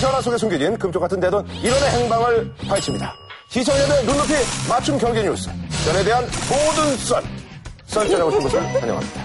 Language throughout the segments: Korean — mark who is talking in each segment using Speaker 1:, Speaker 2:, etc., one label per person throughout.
Speaker 1: 전화 속에 숨겨진 금쪽 같은 대돈 인원의 행방을 파헤칩니다. 시청자들 눈높이 맞춤 경제 뉴스. 전에 대한 모든 썰. 썰전하고 싶은 것을 환영합니다.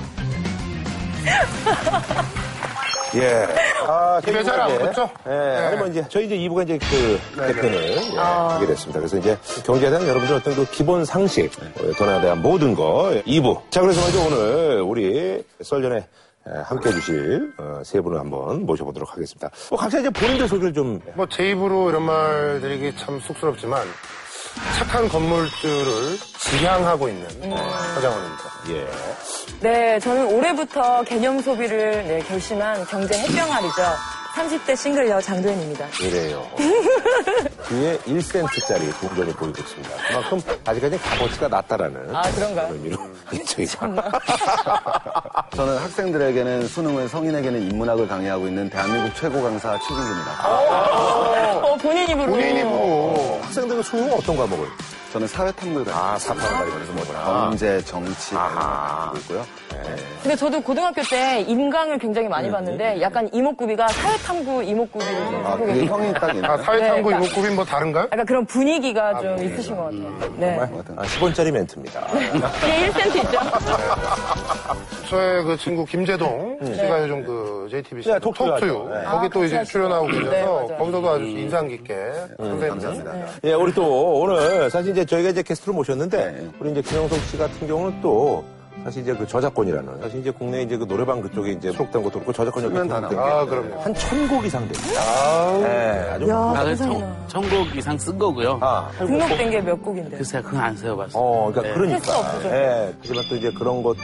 Speaker 1: 예. 아,
Speaker 2: 집에서
Speaker 1: 저희가
Speaker 2: 안
Speaker 1: 이제,
Speaker 2: 먹었죠?
Speaker 1: 예. 아니, 뭐 이제, 저희 이제 2부가 이제 그 대표는 예, 하게 됐습니다. 그래서 이제 경제에 대한 여러분들 어떤 그 기본 상식, 어, 돈에 대한 모든 거 2부. 자, 그래서 먼저 오늘 우리 썰전에 예, 함께 해주실 어, 세 분을 한번 모셔보도록 하겠습니다. 뭐 각자 이제 본인들 소개를 좀.
Speaker 2: 뭐 제 입으로 이런 말 드리기 참 쑥스럽지만 착한 건물주를 지향하고 있는 서장훈입니다.
Speaker 1: 예.
Speaker 3: 네, 저는 올해부터 개념 소비를 네, 결심한 경제 해병아리죠. 30대 싱글 여 장도연입니다.
Speaker 1: 이래요. 뒤에 1cm짜리 동전이 보이고 있습니다. 그만큼 아직까지 값어치가 낮다라는.
Speaker 3: 아, 그런가요?
Speaker 1: 그런 의미로. 저희가.
Speaker 4: 저는 학생들에게는 수능을 성인에게는 인문학을 강의하고 있는 대한민국 최고 강사 최진규입니다.
Speaker 3: 어, 본인 입으로.
Speaker 2: 본인 입으로
Speaker 1: 학생들은 수능 어떤 과목을?
Speaker 4: 저는 사회탐구를
Speaker 1: 아,
Speaker 4: 가르치고
Speaker 1: 사파를 가리면서 뭐구나.
Speaker 4: 경제, 정치 이런 걸 가지고 있고요.
Speaker 3: 근데 저도 고등학교 때 임강을 굉장히 많이 봤는데 약간 이목구비가 사회탐구 이목구비를 좀
Speaker 4: 아,
Speaker 3: 하고
Speaker 4: 그게
Speaker 3: 계세요.
Speaker 4: 형이 딱 있는
Speaker 2: 아, 사회탐구
Speaker 3: 네,
Speaker 2: 이목구비 뭐 다른가요?
Speaker 3: 약간 그런 분위기가 좀 있으신 것 같아요. 네.
Speaker 1: 아, 10원짜리 멘트입니다.
Speaker 3: 이게 1cm 있죠? 아,
Speaker 2: 저의 그 친구 김재동
Speaker 3: 음. 네.
Speaker 2: 씨가 요즘 그 JTBC
Speaker 1: 네,
Speaker 2: 톡투
Speaker 1: 톡투유 하죠. 네.
Speaker 2: 거기 또 이제
Speaker 3: 같이
Speaker 2: 출연하고
Speaker 3: 하시죠.
Speaker 2: 계셔서
Speaker 3: 아, 네, 맞아요.
Speaker 2: 거기서도 아주 인상 깊게 선생님 네.
Speaker 4: 감사합니다.
Speaker 1: 예, 우리 또 오늘 사실 이제 저희가 이제 게스트로 모셨는데 우리 이제 김영석 씨 같은 경우는 또 사실 이제 그 저작권이라는 사실 이제 국내 이제 그 노래방 그쪽에 이제 수록된 것도 그렇고 저작권이
Speaker 4: 쓰면 다
Speaker 2: 아 그럼요.
Speaker 1: 한 천 곡 이상 됩니다. 예, 아주
Speaker 3: 야,
Speaker 5: 나는
Speaker 3: 세상에나.
Speaker 5: 청, 천곡 이상 쓴 거고요.
Speaker 1: 아,
Speaker 3: 등록된 게 몇 곡인데.
Speaker 5: 글쎄요, 그건 안 세워봤어요.
Speaker 1: 어, 그러니까
Speaker 5: 네.
Speaker 3: 필수
Speaker 1: 그러니까.
Speaker 3: 없죠.
Speaker 1: 예. 하지만 또 이제 그런 것에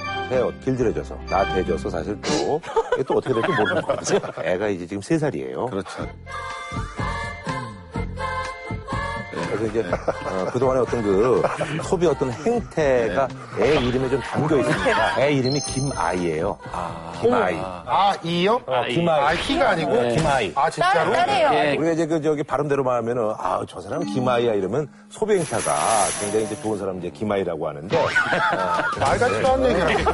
Speaker 1: 길들여져서 나대져서 사실 또 이게 또 어떻게 될지 모르는 거지. 애가 이제 지금 세 살이에요.
Speaker 4: 그렇죠.
Speaker 1: 그래서 이제 어, 그동안의 어떤 그 소비 어떤 행태가 애 이름에 좀 담겨 있습니다. 애 이름이 김아이예요. 김아이.
Speaker 2: 아 이요? 아
Speaker 1: 김아이.
Speaker 2: 키가 아니고
Speaker 1: 김아이.
Speaker 2: 아 진짜로?
Speaker 3: 딸, 딸이에요.
Speaker 5: 예,
Speaker 1: 우리가 이제 그 저기 발음대로 말하면은 아 저 사람 김아이야 이러면 소비 행태가 굉장히 이제 좋은 사람 이제 김아이라고 하는데
Speaker 2: 말 같지도 않은 얘기야.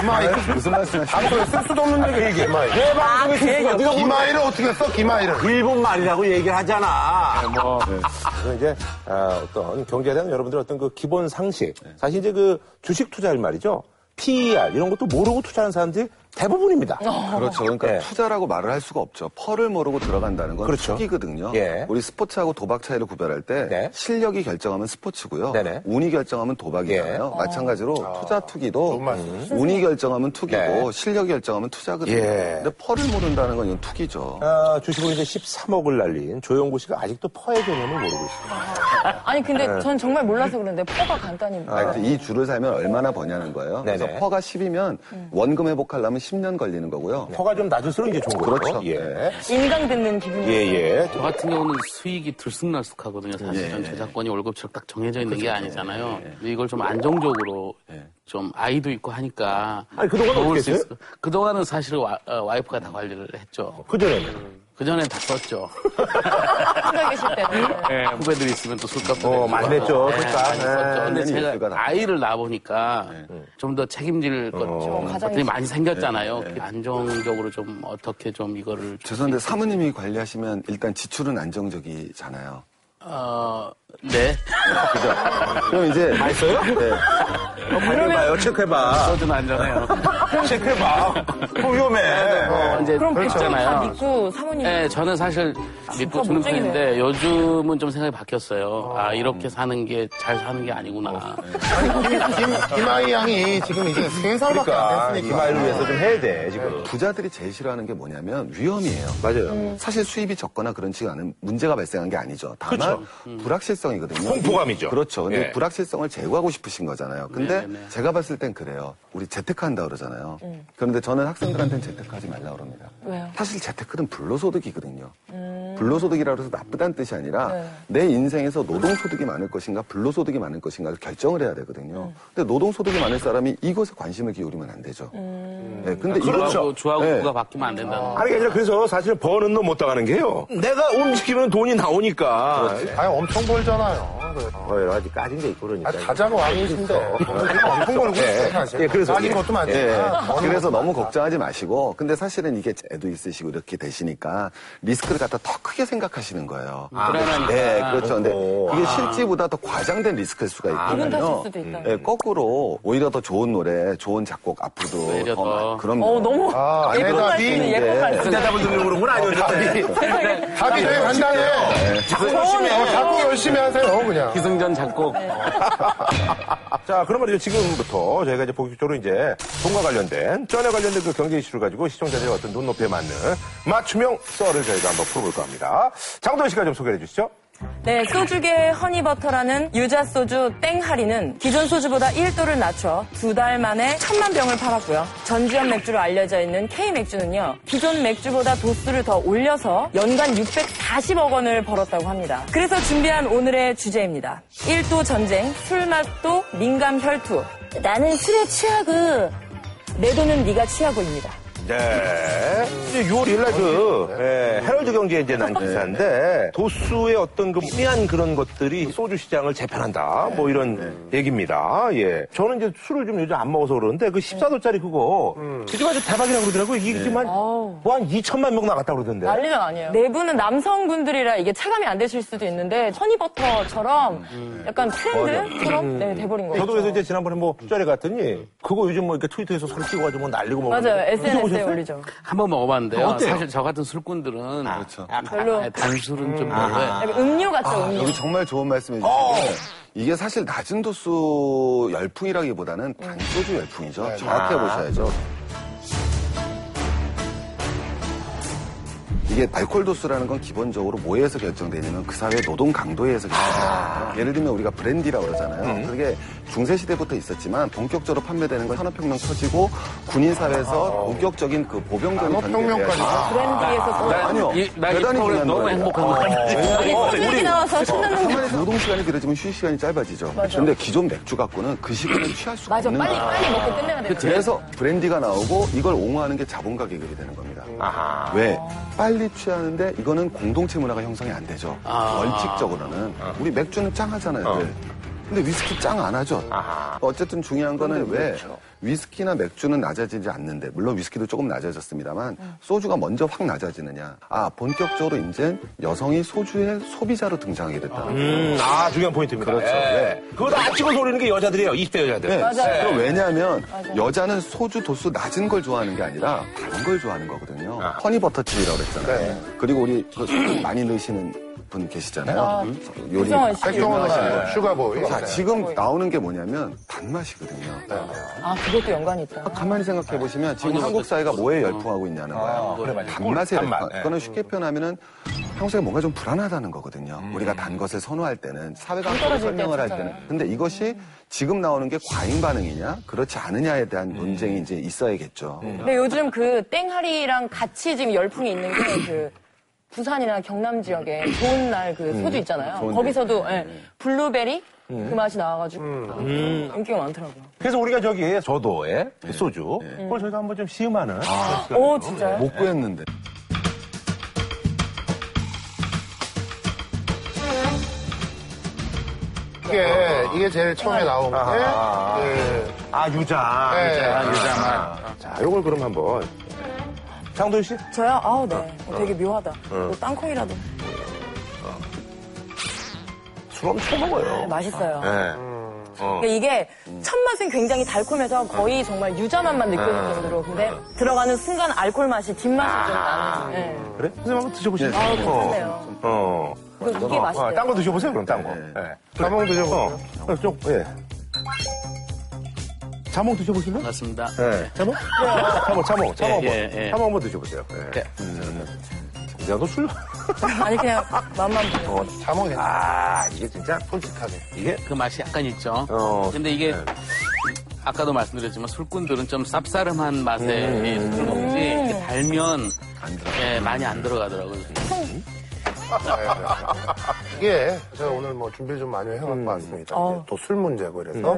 Speaker 2: 김아이
Speaker 4: 무슨 말씀하시는
Speaker 2: 앞으로 쓸 수도 없는 얘기 김아이.
Speaker 1: 내 방송에
Speaker 3: 얘기요?
Speaker 1: 네가 뭐
Speaker 2: 김아이를 어떻게 써 김아이를?
Speaker 1: 일본 말이라고 얘기를 하잖아. 네. 그래서 이제 아, 어떤 경제에 대한 여러분들 어떤 그 기본 상식, 사실 이제 그 주식 투자일 말이죠. PER 이런 것도 모르고 투자하는 사람들이 대부분입니다.
Speaker 4: 그렇죠. 그러니까
Speaker 1: 예.
Speaker 4: 투자라고 말을 할 수가 없죠. 펄을 모르고 들어간다는 건
Speaker 1: 그렇죠.
Speaker 4: 투기거든요.
Speaker 1: 예.
Speaker 4: 우리 스포츠하고 도박 차이를 구별할 때
Speaker 1: 네.
Speaker 4: 실력이 결정하면 스포츠고요.
Speaker 1: 네네. 예. 어.
Speaker 4: 운이 결정하면 도박이잖아요. 마찬가지로 투자 투기도 운이 결정하면 투기고
Speaker 1: 음. 네.
Speaker 4: 실력이 결정하면 투자거든요.
Speaker 1: 예.
Speaker 4: 근데 펄을 모른다는 건 이건 투기죠.
Speaker 1: 아, 주식으로 이제 13억을 날린 조영구 씨가 아직도 퍼의 개념을 모르고 있습니다.
Speaker 3: 아니, 근데 전 정말 몰라서 그런데 포가 간단히.
Speaker 4: 아, 그래서 이 줄을 살면 얼마나 버냐는 거예요.
Speaker 1: 네네.
Speaker 4: 그래서 퍼가 10이면 원금 회복하려면 10년 걸리는 거고요.
Speaker 1: 퍼가 좀 낮을수록 이제 좋은 거죠.
Speaker 4: 그렇죠.
Speaker 1: 예.
Speaker 3: 인강 듣는 기분이.
Speaker 1: 예, 예.
Speaker 5: 저 같은 경우는 수익이 들쑥날쑥 하거든요. 사실
Speaker 1: 네,
Speaker 5: 전 저작권이 월급처럼 딱 정해져 있는
Speaker 1: 그렇죠.
Speaker 5: 게 아니잖아요. 근데 이걸 좀 안정적으로 좀 아이도 있고 하니까.
Speaker 1: 네. 아니, 그동안은
Speaker 5: 먹을
Speaker 1: 어떻게
Speaker 5: 수
Speaker 1: 했어요? 어.
Speaker 5: 있을- 그동안은 사실 와, 어, 와이프가 다 관리를 했죠.
Speaker 1: 그전에는.
Speaker 5: 그전엔 다 썼죠.
Speaker 3: 혼자 계실 때는.
Speaker 5: 예, 후배들이 있으면 또 술값
Speaker 1: 어, 많이 냈죠, 술값.
Speaker 5: 많이
Speaker 1: 예,
Speaker 5: 썼죠. 근데
Speaker 4: 당연히 예술가
Speaker 5: 제가
Speaker 4: 다.
Speaker 5: 아이를 낳아보니까
Speaker 1: 네.
Speaker 5: 음, 좀 더 책임질 것,
Speaker 1: 어.
Speaker 5: 좀 것들이
Speaker 1: 네,
Speaker 5: 많이 생겼잖아요. 안정적으로 좀 어떻게 좀 이거를
Speaker 4: 죄송한데 사모님이 관리하시면 일단 지출은 안정적이잖아요.
Speaker 5: 어, 네.
Speaker 4: 그죠? 그럼 이제
Speaker 1: 있어요?
Speaker 4: 네.
Speaker 1: 어, 확인해봐요. 체크해봐.
Speaker 5: 저도 안전해요.
Speaker 1: 체크해봐. 또 위험해. 네.
Speaker 5: 어, 이제
Speaker 3: 그럼 백종원 다
Speaker 5: 그렇잖아요.
Speaker 3: 믿고 사모님.
Speaker 5: 네, 저는 사실 믿고 주는
Speaker 3: 멋쟁이네.
Speaker 5: 편인데 요즘은 좀 생각이 바뀌었어요. 아, 이렇게 사는 게 잘 사는 게 아니구나.
Speaker 4: 어.
Speaker 2: 김, 김아이 양이 지금 이제 세 살밖에 안
Speaker 1: 그러니까
Speaker 2: 됐으니까.
Speaker 1: 김아이를 위해서 좀 해야 돼, 지금.
Speaker 4: 부자들이 제일 싫어하는 게 뭐냐면 위험이에요.
Speaker 1: 맞아요.
Speaker 3: 네.
Speaker 4: 사실 수입이 적거나 그런지 않은 문제가 발생한 게 아니죠. 다만 불확실성이거든요.
Speaker 1: 그렇죠. 음. 공포감이죠.
Speaker 4: 그렇죠. 근데
Speaker 1: 예. 네,
Speaker 4: 불확실성을 제거하고 싶으신 거잖아요. 근데 제가 봤을 땐 그래요. 우리 재테크한다 그러잖아요. 그런데 저는 학생들한테는 재테크하지 말라 그럽니다.
Speaker 3: 네. 왜요? 음.
Speaker 4: 사실 재테크는 불로소득이거든요. 불로소득이라고 해서 나쁘다는 뜻이 아니라
Speaker 3: 네.
Speaker 4: 내 인생에서 노동소득이 많을 것인가 불로소득이
Speaker 3: 음.
Speaker 4: 많을
Speaker 3: 음.
Speaker 4: 것인가를 결정을 해야 되거든요. 근데 노동소득이 많을 사람이 이것에 관심을 기울이면 안 되죠. 예,
Speaker 1: 아,
Speaker 4: 근데
Speaker 5: 주하고
Speaker 1: 그렇죠.
Speaker 4: 이거
Speaker 5: 주하고
Speaker 4: 예.
Speaker 5: 부가 바뀌면 안 된다는 거.
Speaker 1: 아니, 그게 아니라 그래서 사실 버는 놈 못 당하는 게요. 내가 움직이면 돈이 나오니까.
Speaker 2: 아니, 엄청 벌잖아요. 그-
Speaker 1: 어, 여러 가지 까진 게 있고 그러니까.
Speaker 2: 아, 다자가 왕이신데. 엄청 벌고 있어요, 사실.
Speaker 1: 예, 그래서.
Speaker 2: 아닌 것도 많잖아. 버는
Speaker 4: 예. 그래서
Speaker 2: 것도
Speaker 4: 너무
Speaker 2: 많다.
Speaker 4: 걱정하지 마시고 근데 사실은 이게 애도 있으시고 이렇게 되시니까 리스크를 갖다 더 크게 생각하시는 거예요.
Speaker 5: 불안하니까.
Speaker 4: 네, 그렇죠. 근데
Speaker 1: 오,
Speaker 4: 이게 실제보다 더 과장된 리스크일 수가
Speaker 3: 기분 탓일
Speaker 4: 있거든요.
Speaker 3: 수도 있다.
Speaker 4: 예, 거꾸로 오히려 더 좋은 노래, 좋은 작곡 앞으로도
Speaker 5: 오히려
Speaker 4: 더
Speaker 5: 더.
Speaker 4: 많- 그럼요.
Speaker 3: 어, 너무
Speaker 2: 아,
Speaker 3: 예쁜
Speaker 2: 아내가
Speaker 3: 말씀이
Speaker 2: 비-
Speaker 3: 예쁜 말씀.
Speaker 1: 대답을 듣는 그런 건 아니었는데.
Speaker 2: 답이
Speaker 1: 아,
Speaker 2: 되게 간단해요.
Speaker 1: 자꾸 열심히
Speaker 2: 어,
Speaker 1: 해.
Speaker 2: 자꾸 열심히 하세요, 그냥.
Speaker 5: 기승전 작곡.
Speaker 3: 네.
Speaker 1: 자, 그러면 이제 지금부터 저희가 이제 본격적으로 이제 돈과 관련된, 전에 관련된 그 경제 이슈를 가지고 시청자들의 어떤 눈높이에 맞는 맞춤형 썰을 저희가 한번 풀어볼까 합니다. 장도현 씨가 좀 소개해 주시죠.
Speaker 3: 네, 소주계 허니버터라는 유자 소주 땡 할인은 기존 소주보다 1도를 낮춰 두 달 만에 천만 병을 팔았고요. 전지현 맥주로 알려져 있는 K 맥주는요. 기존 맥주보다 도수를 더 올려서 연간 640억 원을 벌었다고 합니다. 그래서 준비한 오늘의 주제입니다. 1도 전쟁, 술맛도 민감 혈투. 나는 술에 취하고 내 돈은 네가 취하고입니다.
Speaker 1: 네. 이제 6월 1일날 그 예, 헤럴드 경제에 이제 난 기사인데 도수의 어떤 그 미한 그런 것들이 소주 시장을 재편한다 뭐 이런 얘기입니다. 예. 저는 이제 술을 좀 요즘 안 먹어서 그러는데 그 14도짜리 그거 지금 아주 대박이라고 그러더라고요. 이게 지금
Speaker 3: 아우.
Speaker 1: 한뭐한 2천만 명 나갔다 그러던데.
Speaker 3: 난리는 아니에요. 네. 내부는 남성분들이라 이게 체감이 안 되실 수도 있는데 허니버터처럼
Speaker 1: 음,
Speaker 3: 약간 트렌드처럼 네, 돼버린 거죠.
Speaker 1: 저도 그래서 이제 지난번에 뭐 투자를 갔더니 그거 요즘 뭐 이렇게 트위터에서 서로 찍어가지고 뭐 날리고 뭐
Speaker 3: 맞아요.
Speaker 1: 그러는데
Speaker 3: SNS에
Speaker 1: 드셔보셨어요?
Speaker 3: 올리죠.
Speaker 5: 한번 먹어봤는데요.
Speaker 1: 어때요?
Speaker 5: 사실 저 같은 술꾼들은
Speaker 4: 그렇죠.
Speaker 5: 약간
Speaker 3: 별로.
Speaker 5: 단술은
Speaker 4: 음.
Speaker 5: 좀 별로예요.
Speaker 1: 아.
Speaker 4: 아.
Speaker 3: 약간 음료 같죠, 음료.
Speaker 4: 여기 정말 좋은 말씀
Speaker 2: 어.
Speaker 4: 해주시는데 이게 사실 낮은 도수 열풍이라기보다는 단소주 열풍이죠.
Speaker 2: 네.
Speaker 4: 정확히
Speaker 2: 아.
Speaker 4: 보셔야죠. 이게 알코올 도수라는 건 기본적으로 뭐에서 결정되냐면 그 사회 노동 강도에 의해서 결정돼요. 예를 들면 우리가 브랜디라고
Speaker 2: 음.
Speaker 4: 그러잖아요. 그게 중세 시대부터 있었지만 본격적으로 판매되는 건 산업혁명 터지고 군인 사회에서 본격적인 그 보병적인
Speaker 2: 아. 산업혁명까지
Speaker 4: 아,
Speaker 3: 브랜디에서 또.
Speaker 4: 아니요.
Speaker 5: 이- 나 이거
Speaker 4: 대단히
Speaker 5: 서울에
Speaker 4: 중요한
Speaker 5: 너무
Speaker 4: 거예요.
Speaker 5: 행복한 거 같아요.
Speaker 3: 아니, 소주기 나와서 신나는 거.
Speaker 4: 가만히 노동 시간이 길어지면 휴식 시간이 짧아지죠. 근데 기존 맥주 갖고는 그 시간을 취할 수가
Speaker 3: 맞아,
Speaker 4: 없는
Speaker 3: 빨리,
Speaker 4: 거예요.
Speaker 3: 빨리 먹고 끝내야 돼요.
Speaker 4: 그래서 브랜디가 나오고 이걸 옹호하는 게 자본가 계급이 되는 겁니다.
Speaker 3: 음.
Speaker 4: 왜? 빨리 취하는데 이거는 공동체 문화가 형성이 안 되죠.
Speaker 3: 아.
Speaker 4: 원칙적으로는
Speaker 3: 어.
Speaker 4: 우리 맥주는 짱하잖아요. 늘. 근데 위스키 짱 안 하죠. 어쨌든 중요한 거는 왜
Speaker 3: 그렇죠.
Speaker 4: 위스키나 맥주는 낮아지지 않는데 물론 위스키도 조금 낮아졌습니다만
Speaker 3: 음.
Speaker 4: 소주가 먼저 확 낮아지느냐. 아 본격적으로 이제 여성이 소주의 소비자로 등장하게 됐다.
Speaker 1: 음, 아 중요한 포인트입니다. 그렇죠. 그거 다 찍어서 올리는 게 여자들이에요. 20대 여자들.
Speaker 4: 네.
Speaker 3: 맞아요.
Speaker 4: 그럼 왜냐하면 여자는 소주 도수 낮은 걸 좋아하는 게 아니라 다른 걸 좋아하는 거거든요. 허니버터칩이라고 그랬잖아요.
Speaker 3: 네.
Speaker 4: 그리고 우리 그 소주 많이 넣으시는 분 계시잖아요. 음. 요리
Speaker 3: 구성원 씨.
Speaker 2: 백종원
Speaker 1: 예.
Speaker 2: 씨, 슈가보이.
Speaker 1: 아,
Speaker 4: 자, 지금 나오는 게 뭐냐면 단맛이거든요.
Speaker 3: 아, 그것도 연관이 있다.
Speaker 4: 가만히 생각해 보시면 지금 한국 사회가 뭐에 열풍하고 있냐는 거예요. 아, 단맛에 네. 열풍. 그거는 쉽게 표현하면은 평소에 뭔가 좀 불안하다는 거거든요. 우리가 단 것을 선호할 때는 사회가 함께
Speaker 3: 떨어질 때
Speaker 4: 설명을 할 때는.
Speaker 3: 진짜요.
Speaker 4: 근데 이것이 지금 나오는 게 과잉 반응이냐, 그렇지 않느냐에 대한 논쟁이 이제 있어야겠죠.
Speaker 3: 근데 요즘 그 땡하리랑 같이 지금 열풍이 있는 게 그 부산이나 경남 지역에 좋은 날 그 소주 있잖아요.
Speaker 4: 좋은데.
Speaker 3: 거기서도 예, 블루베리 그 맛이 나와가지고 인기가 많더라고요.
Speaker 1: 그래서 우리가 저기 저도의 소주 그걸 저희가 한번 좀 시음하는
Speaker 3: 오, 진짜요?
Speaker 4: 못 구했는데.
Speaker 2: 이게, 이게 제일 처음에 나온 건데, 그,
Speaker 1: 아 유자
Speaker 2: 네.
Speaker 1: 자 요걸 그럼 한번 장도윤 씨
Speaker 3: 저요? 아우, 네. 어, 되게 묘하다. 뭐 땅콩이라도.
Speaker 1: 술 엄청
Speaker 3: 네,
Speaker 1: 먹어요.
Speaker 3: 맛있어요.
Speaker 1: 네.
Speaker 3: 근데 이게 첫 맛은 굉장히 달콤해서 거의 정말 유자 맛만 느껴질 정도로 근데 들어가는 순간 알콜 맛이 뒷맛이 좀 나는. 네.
Speaker 1: 그래 선생님 한번 드셔보시죠.
Speaker 3: 아우 괜찮네요.
Speaker 1: 어.
Speaker 3: 그 이게 맛있대요.
Speaker 1: 딴거 드셔보세요 그럼 딴 거. 네.
Speaker 2: 자몽 드셔보세요.
Speaker 1: 어, 좀 예. 자몽 드셔보시면?
Speaker 5: 맞습니다.
Speaker 1: 네. 자몽? 자몽, 자몽, 자몽 한번.
Speaker 5: 예, 예.
Speaker 1: 자몽 한번 드셔보세요. 예. 야, 너 술.
Speaker 3: 아니 그냥 맛만 보면.
Speaker 2: 자몽 괜찮아요.
Speaker 1: 아, 이게 진짜 솔직하게. 이게
Speaker 5: 그 맛이 약간 있죠.
Speaker 1: 어.
Speaker 5: 근데 이게 아까도 말씀드렸지만 술꾼들은 좀 쌉싸름한 맛에 술을 먹지 이렇게 달면 예, 많이 안 들어가더라고요.
Speaker 1: 음.
Speaker 2: 이게 제가 오늘 뭐 준비를 좀 많이 해갖고 왔습니다.
Speaker 3: 어.
Speaker 2: 또 술 문제고 이래서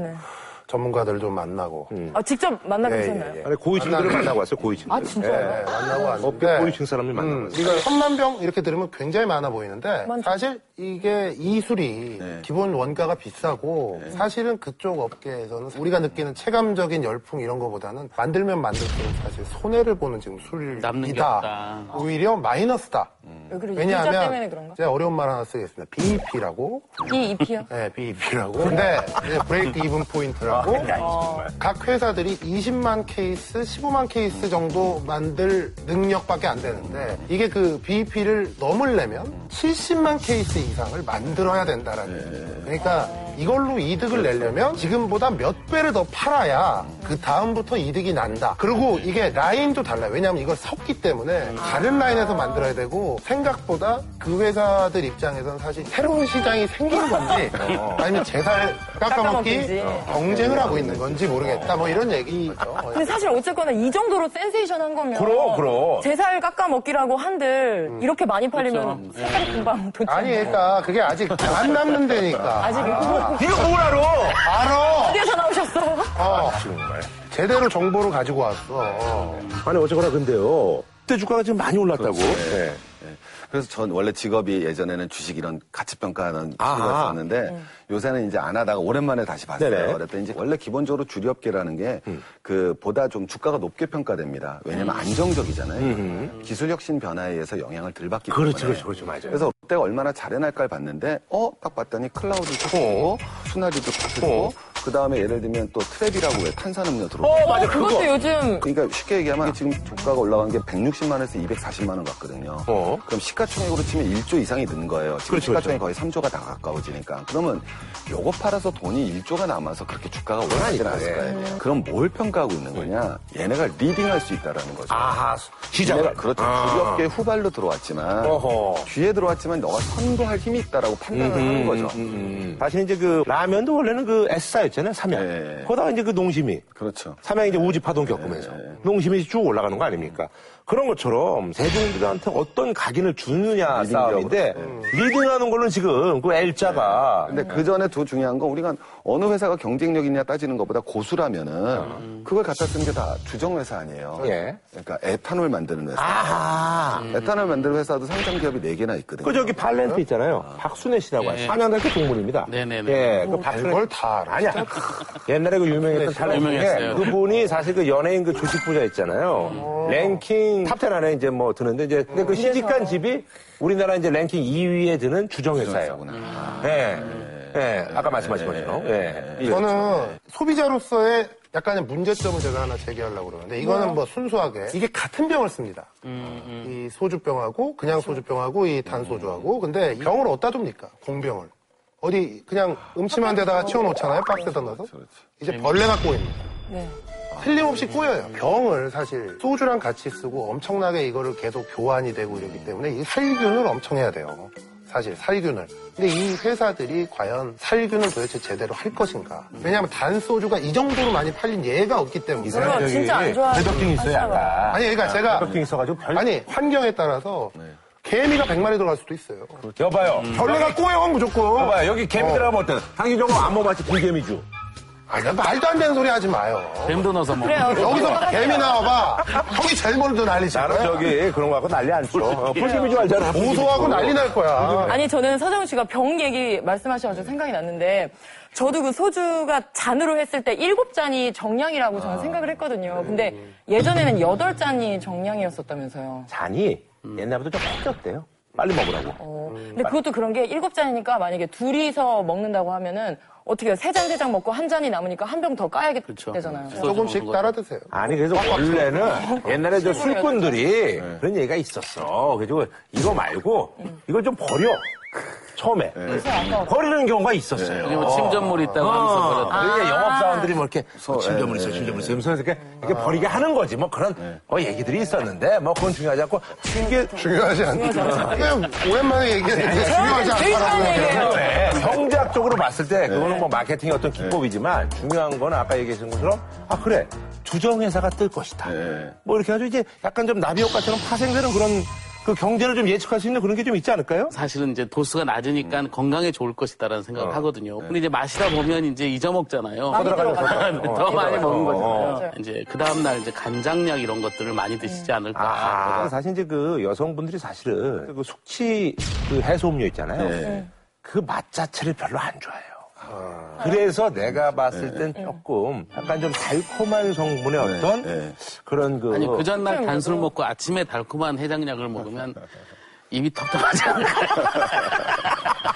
Speaker 2: 전문가들 좀 만나고.
Speaker 1: 음.
Speaker 3: 아, 직접 만나보셨나요?
Speaker 2: 예, 예, 예.
Speaker 1: 아니 고위층들을 만나고 왔어요 고위층들.
Speaker 3: 아, 진짜요?
Speaker 2: 네, 만나고
Speaker 1: 어깨
Speaker 2: 왔는데.
Speaker 1: 고위층 사람을 만나고 왔어요.
Speaker 2: 이거 천만병 이렇게 들으면 굉장히 많아 보이는데
Speaker 3: 맞아.
Speaker 2: 사실 이게 이술이
Speaker 1: 네.
Speaker 2: 기본 원가가 비싸고 사실은 그쪽 업계에서는 우리가 느끼는 체감적인 열풍 이런 거보다는 만들면 만들수록 사실 손해를 보는 지금
Speaker 5: 남는 게
Speaker 2: 술이다.
Speaker 5: 없다.
Speaker 2: 오히려 마이너스다.
Speaker 3: 왜 그러지? 음. 유자 때문에
Speaker 2: 왜냐하면
Speaker 3: 그런가?
Speaker 2: 제가 어려운 말 하나 쓰겠습니다. BEP라고
Speaker 3: 이 잎이요?
Speaker 2: 네, BEP라고. 근데 이제 브레이크 이븐 포인트라고
Speaker 1: 아,
Speaker 2: 각 회사들이 20만 케이스, 15만 케이스 정도 만들 능력밖에 안 되는데 이게 그 BEP를 넘으려면 70만 케이스 이상을 만들어야 된다라는 얘기예요. 그러니까 이걸로 이득을 내려면 지금보다 몇 배를 더 팔아야 그 다음부터 이득이 난다. 그리고 이게 라인도 달라요. 왜냐하면 이걸 섞기 때문에 다른 라인에서 만들어야 되고 생각보다 그 회사들 입장에서는 사실 새로운 시장이 생기는 건지 아니면 제살 깎아먹기
Speaker 3: 깎아먹기인지.
Speaker 2: 경쟁을 하고 있는 건지 모르겠다. 뭐 이런 얘기죠.
Speaker 3: 근데 사실 어쨌거나 이 정도로 센세이션 한 거면.
Speaker 1: 그럼, 그럼.
Speaker 3: 제살 깎아 먹기라고 한들 이렇게 많이 팔리면 색깔이 금방 도착.
Speaker 2: 음. 아니, 그러니까 그게 아직 안 남는 데니까.
Speaker 3: 아직 아.
Speaker 1: 이거 뭘 알아?
Speaker 2: 알아!
Speaker 3: 어디에서 나오셨어?
Speaker 2: 어,
Speaker 1: 정말.
Speaker 2: 제대로 정보를 가지고 왔어.
Speaker 1: 아니 어쨌거나 근데요. 그때 주가가 지금 많이 올랐다고. 네.
Speaker 4: 예. 그래서 전 원래 직업이 예전에는 주식 이런 가치 평가하는
Speaker 1: 아하.
Speaker 4: 직업이었는데 요새는 이제 안 하다가 오랜만에 다시 봤어요.
Speaker 1: 네네. 음.
Speaker 4: 그랬더니 이제 원래 기본적으로 주력계라는 게 그 보다 좀 주가가 높게 평가됩니다. 왜냐면 안정적이잖아요. 기술 혁신 변화에 의해서 영향을 덜 받기 때문에.
Speaker 1: 그렇죠, 그렇지, 그렇지, 그렇지, 맞아요.
Speaker 4: 그래서 롯데가 얼마나 잘해날까를 봤는데 어 딱 봤더니 클라우드도
Speaker 1: 어?
Speaker 4: 터지고 수나리도 터지고 그 다음에 예를 들면 또 트랩이라고 왜 탄산음료 들어오고
Speaker 3: 맞아, 그것도 요즘
Speaker 4: 그러니까 쉽게 얘기하면 이게 지금 주가가 올라간 게 160만에서 240만 원 같거든요.
Speaker 1: 어.
Speaker 4: 그럼 시가총액으로 치면 1조 이상이 는 거예요. 지금
Speaker 1: 그렇죠,
Speaker 4: 시가총액 거의 3조가 다 가까워지니까. 그러면 요거 팔아서 돈이 1조가 남아서 그렇게 주가가 올라가진 않을 거예요. 그럼 뭘 평가하고 있는 거냐? 얘네가 리딩할 수 있다라는 거죠.
Speaker 1: 아하
Speaker 4: 얘네가
Speaker 1: 시작을.
Speaker 4: 그렇죠.
Speaker 1: 아.
Speaker 4: 주력계 후발로 들어왔지만
Speaker 1: 어허. 음,
Speaker 4: 뒤에 들어왔지만 너가 선도할 힘이 있다라고 판단을 하는 거죠.
Speaker 1: 다시 이제 그 라면도 원래는 그 S사였잖아요, 삼양.
Speaker 4: 네.
Speaker 1: 거다가 이제 그 농심이.
Speaker 4: 그렇죠.
Speaker 1: 삼양이 이제 우지파동 겪으면서 농심이 쭉 올라가는 거 아닙니까? 그런 것처럼 대중들한테 어떤 각인을 주느냐 싸움인데 리딩하는 걸로 지금 그 L자가
Speaker 4: 근데 그 전에 더 중요한 건 우리가 어느 회사가 경쟁력 있냐 따지는 것보다 고수라면은 그걸 갖다 쓰는 게 다 주정 회사 아니에요.
Speaker 1: 아. 예.
Speaker 4: 그러니까 에탄올 만드는 회사.
Speaker 1: 아하
Speaker 4: 에탄올 만드는 회사도 상장 기업이 4개나 있거든요.
Speaker 1: 그 저기 발렌트 있잖아요 예. 박순애 씨라고 하시죠 한양대학교 동문입니다
Speaker 5: 네네네.
Speaker 1: 예, 그 박순애
Speaker 2: 그걸 다 알아.
Speaker 1: 아니야. 옛날에 그 유명했던 탤런트 중에
Speaker 5: 유명했어요.
Speaker 1: 그분이 사실 그 연예인 그 주식 부자 있잖아요. 랭킹 탑10 안에 이제 뭐 드는데 이제 근데 그 시집간 집이 우리나라 이제 랭킹 2위에 드는 주정회사예요. 예. 예. 아까 말씀하신 것처럼. 예.
Speaker 2: 저는 소비자로서의 약간의 문제점을 제가 하나 제기하려고 그러는데 이거는 뭐 순수하게 이게 같은 병을 씁니다. 이 소주병하고 그냥 소주병하고 이 단소주하고 근데 이 병을 어디다 둡니까? 공병을. 어디 그냥 음침한 데다가 치워놓잖아요. 박스에다 넣어서.
Speaker 1: 그렇죠.
Speaker 2: 이제 벌레가 꼬입니다.
Speaker 3: 네.
Speaker 2: 틀림없이 꼬여요. 병을 사실 소주랑 같이 쓰고 엄청나게 이거를 계속 교환이 되고 이러기 때문에 이 살균을 엄청 해야 돼요. 사실 살균을. 근데 이 회사들이 과연 살균을 도대체 제대로 할 것인가? 왜냐하면 단 소주가 이 정도로 많이 팔린 예가 없기 때문에.
Speaker 3: 그거 진짜 안 좋아.
Speaker 1: 배덕증이 있어요, 약간.
Speaker 2: 아니 그러니까 제가
Speaker 1: 배덕증이 있어가지고 별. 네.
Speaker 2: 아니 환경에 따라서 개미가 100마리 들어갈 수도 있어요.
Speaker 1: 여봐요.
Speaker 2: 벌레가 꼬여요 무조건.
Speaker 1: 네. 어, 여봐요. 여기 개미 들어가면 어때? 상기적으로 안무 마치 불개미주.
Speaker 2: 아니 말도 안 되는 소리 하지 마요.
Speaker 5: 뱀도 넣어서 먹고.
Speaker 3: 그래요.
Speaker 2: 여기서 개미 나와봐. 형이 제일 먼저 난리칠
Speaker 1: 나는
Speaker 2: 거야.
Speaker 1: 저기 그런 거 하고 난리 안 쳐. 어, 불개미주 알잖아.
Speaker 2: 네. 고소하고 난리 날
Speaker 1: 어,
Speaker 2: 거야.
Speaker 3: 아니 저는 서정훈 씨가 병 얘기
Speaker 2: 음.
Speaker 3: 말씀하셔가지고 생각이 났는데 저도 그 소주가 잔으로 했을 때 일곱 잔이 정량이라고 저는
Speaker 2: 아.
Speaker 3: 생각을
Speaker 2: 네.
Speaker 3: 했거든요. 근데 예전에는 여덟 잔이 정량이었었다면서요.
Speaker 1: 잔이 옛날부터 좀 커졌대요. 빨리 먹으라고.
Speaker 3: 어, 근데 그것도 그런 게 일곱 잔이니까 만약에 둘이서 먹는다고 하면은 어떻게 세 잔 세 잔 먹고 한 잔이 남으니까 한 병 더 까야겠
Speaker 5: 그렇죠.
Speaker 3: 되잖아요.
Speaker 5: 그렇죠.
Speaker 2: 조금씩 따라 드세요.
Speaker 1: 아니 그래서 원래는 옛날에 저 술꾼들이
Speaker 5: 네.
Speaker 1: 그런 얘기가 있었어. 그래서 이거 말고 이걸 좀 버려.
Speaker 5: 네.
Speaker 1: 처음에 버리는 경우가 있었어요.
Speaker 5: 그리고 뭐 침전물 있다고 하면서 버렸다. 예.
Speaker 1: 그러니까 영업사원들이 뭐 이렇게 진점을 있어, 진점을 있어, 하면서 이렇게, 이렇게
Speaker 5: 아.
Speaker 1: 버리게 하는 거지. 뭐 그런
Speaker 5: 네.
Speaker 1: 어, 얘기들이 있었는데, 뭐 그건 중요하지 않고 중요해.
Speaker 2: 중요하지 않다. 그냥 오랜만에 얘기했는데 중요하지
Speaker 3: 제일
Speaker 2: 않다라고
Speaker 3: 중요한
Speaker 2: 얘기해요.
Speaker 3: 얘기예요.
Speaker 1: 경제학적으로 네, 봤을 때 그거는 뭐 마케팅의 어떤 기법이지만 중요한 건 아까 얘기하신 것처럼 아 그래 주정회사가 뜰 것이다.
Speaker 4: 네.
Speaker 1: 뭐 이렇게 해가지고 이제 약간 좀 나비효과처럼 파생되는 그런 그 경제를 좀 예측할 수 있는 그런 게 좀 있지 않을까요?
Speaker 5: 사실은 이제 도수가 낮으니까 건강에 좋을 것이다라는 생각을 하거든요. 근데 이제 마시다 보면 이제 잊어먹잖아요.
Speaker 3: 많이 들어가죠.
Speaker 5: 더 많이 먹는 거잖아요. 이제 그 다음날 이제 간장약 이런 것들을 많이 드시지 않을까.
Speaker 1: 아, 사실 이제 그 여성분들이 사실은 그 숙취 그 해소 음료 있잖아요.
Speaker 4: 네.
Speaker 1: 그 맛 자체를 별로 안 좋아해요. 그래서 내가 봤을 땐 조금 약간 좀 달콤한 성분의 어떤
Speaker 4: 네. 네.
Speaker 1: 그런 그
Speaker 5: 아니 그 전날 단술 먹고 아침에 달콤한 해장약을 먹으면 입이 텁텁하지 않을까요?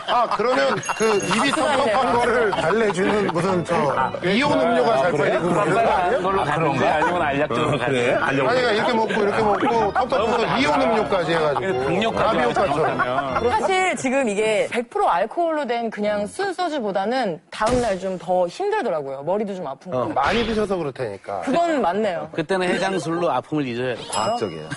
Speaker 2: 아, 그러면 그 입이 텁텁한 거를 달래주는 무슨 저 이온 음료가 잘 팔리고 그러는
Speaker 5: 그런 걸로 가는지 아니면 알약적으로 가는지
Speaker 1: 그래? 알려고
Speaker 2: 아니, 이렇게 먹고 이렇게 먹고 텁텁해서 이온 음료까지 해가지고.
Speaker 5: 강력하게
Speaker 2: 라비오타처럼.
Speaker 5: 하면
Speaker 3: 사실 지금 이게 100% 알코올로 된 그냥 순 소주보다는 다음날 좀 더 힘들더라고요. 머리도 좀 아픈 거.
Speaker 2: 많이 드셔서 그렇다니까.
Speaker 3: 그건 맞네요.
Speaker 5: 그때는 해장술로 아픔을 잊어야 돼.
Speaker 4: 과학적이에요.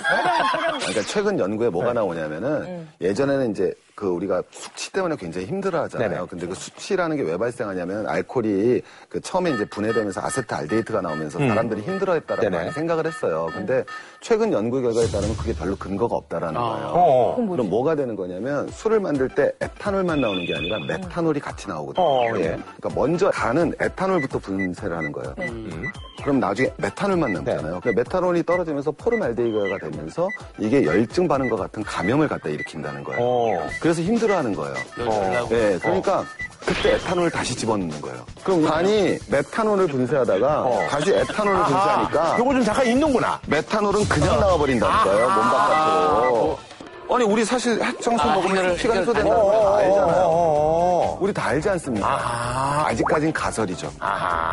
Speaker 4: 그러니까 최근 연구에
Speaker 1: 네.
Speaker 4: 뭐가 나오냐면은 예전에는 이제 그 우리가 숙취 때문에 굉장히 힘들어 하잖아요.
Speaker 1: 네네.
Speaker 4: 근데 그 숙취라는 게 왜 발생하냐면 알코올이 그 처음에 이제 분해되면서 아세트알데히드가 나오면서 사람들이 힘들어 했다라고
Speaker 1: 음. 네네. 네.
Speaker 4: 많이 생각을 했어요. 근데 최근 연구 결과에 따르면 그게 별로 근거가 없다라는 거예요.
Speaker 1: 어.
Speaker 4: 그럼 뭐가 되는 거냐면 술을 만들 때 에탄올만 나오는 게 아니라 메탄올이 같이 나오거든요.
Speaker 1: 어,
Speaker 4: 예.
Speaker 1: 예.
Speaker 4: 그러니까 먼저 간은 에탄올부터 분쇄를 하는 거예요. 음. 그럼 나중에 메탄올만 남잖아요. 그 메탄올이 떨어지면서 포름알데히드가 되면서 이게 열증 반응과 같은 감염을 갖다 일으킨다는 거예요.
Speaker 1: 어.
Speaker 4: 그래서 힘들어하는 거예요.
Speaker 5: 열출나고
Speaker 4: 예, 그러니까 그때 에탄올을 다시 집어넣는 거예요. 그럼 간이 메탄올을 분쇄하다가 다시 에탄올을 분쇄하니까
Speaker 1: 요거 좀 잠깐 있는구나.
Speaker 4: 메탄올은 그냥 나와버린다는 거예요, 몸 바깥으로. 아니, 우리 사실 핵정수
Speaker 5: 아,
Speaker 4: 먹으면
Speaker 5: 해결을-
Speaker 4: 피가
Speaker 5: 해결-
Speaker 4: 해소된다는 걸다 알잖아요.
Speaker 1: 어.
Speaker 4: 어, 우리 다 알지 않습니까? 아, 직까진 가설이죠.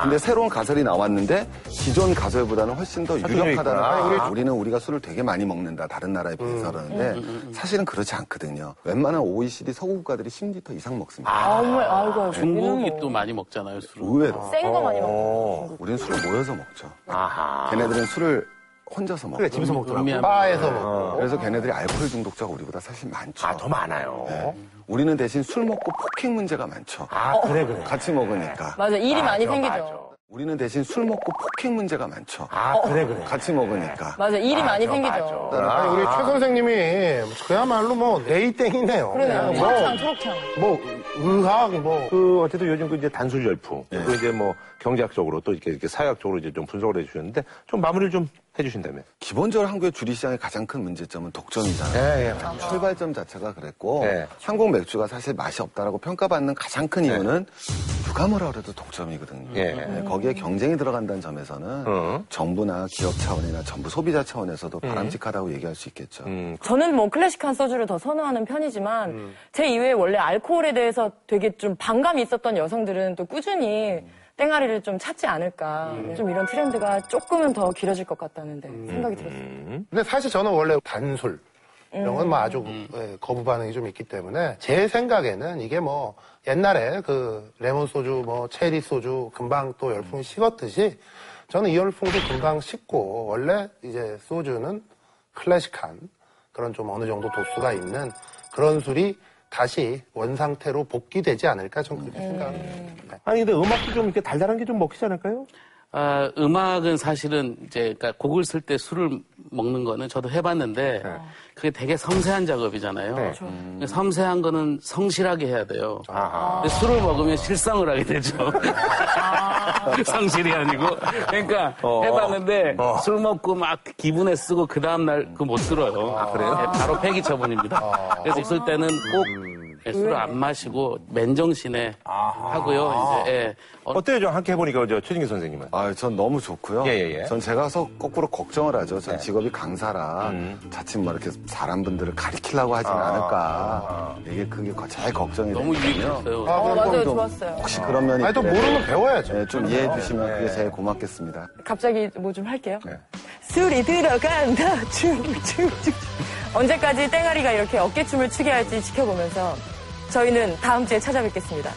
Speaker 4: 근데 새로운 가설이 나왔는데 기존 가설보다는 훨씬 더 유력하다는 아. 음.
Speaker 1: 있구나.
Speaker 4: 거예요. 우리, 우리는 우리가 술을 되게 많이 먹는다. 다른 나라에 비해서 그러는데 사실은 그렇지 않거든요. 웬만한 OECD 서구 국가들이 10리터 이상 먹습니다.
Speaker 3: 아, 정말, 아이고, 아이고.
Speaker 5: 중국이 또 많이 먹잖아요, 술을.
Speaker 4: 의외로.
Speaker 3: 센거 많이 먹고.
Speaker 4: 우리는 술을 모여서 먹죠. 걔네들은 술을 혼자서 먹고.
Speaker 1: 그래, 집에서 먹더라고.
Speaker 5: 음미하면
Speaker 2: 바에서 먹고.
Speaker 4: 그래서 걔네들이 알코올 중독자가 우리보다 사실 많죠.
Speaker 1: 아, 더 많아요.
Speaker 4: 우리는 대신 술 먹고 폭행 문제가 많죠.
Speaker 1: 아, 그래, 네. 그래.
Speaker 4: 같이 먹으니까.
Speaker 3: 맞아, 일이 많이
Speaker 1: 저
Speaker 3: 생기죠.
Speaker 4: 우리는 대신 술 먹고 폭행 문제가 많죠.
Speaker 1: 아, 네. 그래, 그래.
Speaker 4: 같이 먹으니까.
Speaker 3: 맞아, 일이 많이
Speaker 1: 저
Speaker 3: 생기죠.
Speaker 1: 맞아.
Speaker 2: 아니, 우리 최 선생님이 그야말로 뭐 A땡이네요.
Speaker 3: 그러네요. 초록창, 초록창.
Speaker 2: 뭐, 의학, 뭐.
Speaker 1: 그 어쨌든 요즘 그 이제 단술 열풍 그리고 이제 뭐 경제학적으로 또 이렇게, 이렇게 사회학적으로 이제 좀 분석을 해주셨는데 좀 마무리를 좀 해주신다면.
Speaker 4: 기본적으로 한국의 주류 시장의 가장 큰 문제점은 독점이잖아요.
Speaker 1: 예,
Speaker 4: 출발점 자체가 그랬고
Speaker 1: 네.
Speaker 4: 한국 맥주가 사실 맛이 없다라고 평가받는 가장 큰 이유는 누가 뭐라 그래도 독점이거든요.
Speaker 1: 예.
Speaker 4: 네, 거기에 경쟁이 들어간다는 점에서는
Speaker 1: 어. 음.
Speaker 4: 정부나 기업 차원이나 전부 소비자 차원에서도 바람직하다고 얘기할 수 있겠죠.
Speaker 3: 저는 뭐 클래식한 소주를 더 선호하는 편이지만 제 이외에 원래 알코올에 대해서 되게 좀 반감이 있었던 여성들은 또 꾸준히 땡아리를 좀 찾지 않을까. 좀 이런 트렌드가 조금은 더 길어질 것 같다는데 생각이 들었어요.
Speaker 2: 근데 사실 저는 원래 단술 이런 건 뭐 아주 예, 거부 반응이 좀 있기 때문에 제 생각에는 이게 뭐 옛날에 그 레몬 소주 뭐 체리 소주 금방 또 열풍이 식었듯이 저는 이 열풍도 금방 식고 원래 이제 소주는 클래식한 그런 좀 어느 정도 도수가 있는 그런 술이 다시 원 상태로 복귀되지 않을까 저는 그렇게 생각합니다. 네.
Speaker 1: 아니 근데 음악도 좀 이렇게 달달한 게 좀 먹히지 않을까요?
Speaker 5: 아, 음악은 사실은 이제 그러니까 곡을 쓸 때 술을 먹는 거는 저도 해봤는데 그게 되게 섬세한 작업이잖아요. 근데 섬세한 거는 성실하게 해야 돼요. 근데 술을 먹으면 실성을 하게 되죠. 아. 성실이 아니고 그러니까 해봤는데 술 먹고 막 기분에 쓰고 그 다음 날 그 못 들어요. 그래요? 어. 바로 폐기 처분입니다. 그래서 있을 때는 꼭 네, 술을 안 마시고 맨정신에 하고요. 이제 예. 어,
Speaker 1: 어때요? 좀 함께 해보니까 저 최진기 선생님은.
Speaker 4: 아, 전 너무 좋고요.
Speaker 1: 예, 예, 예.
Speaker 4: 전 제가 서 거꾸로 걱정을 하죠. 전 직업이 강사라 자칫 뭐 이렇게 사람 분들을 가리키려고 하진 않을까. 네, 이게 그게 거- 제일 걱정이
Speaker 5: 너무
Speaker 4: 되거든요.
Speaker 5: 유익했어요.
Speaker 2: 아,
Speaker 3: 어,
Speaker 2: 그럼
Speaker 3: 맞아요.
Speaker 4: 좀
Speaker 3: 좋았어요.
Speaker 4: 혹시 그런 면이
Speaker 2: 아니 또
Speaker 4: 있더라도,
Speaker 2: 모르면 배워야죠.
Speaker 4: 예, 좀 이해해 주시면 그게 제일 고맙겠습니다.
Speaker 3: 갑자기 뭐 좀 할게요. 술이 들어간다, 춤춤춤 언제까지 땡아리가 이렇게 어깨춤을 추게 할지 지켜보면서 저희는 다음 주에 찾아뵙겠습니다.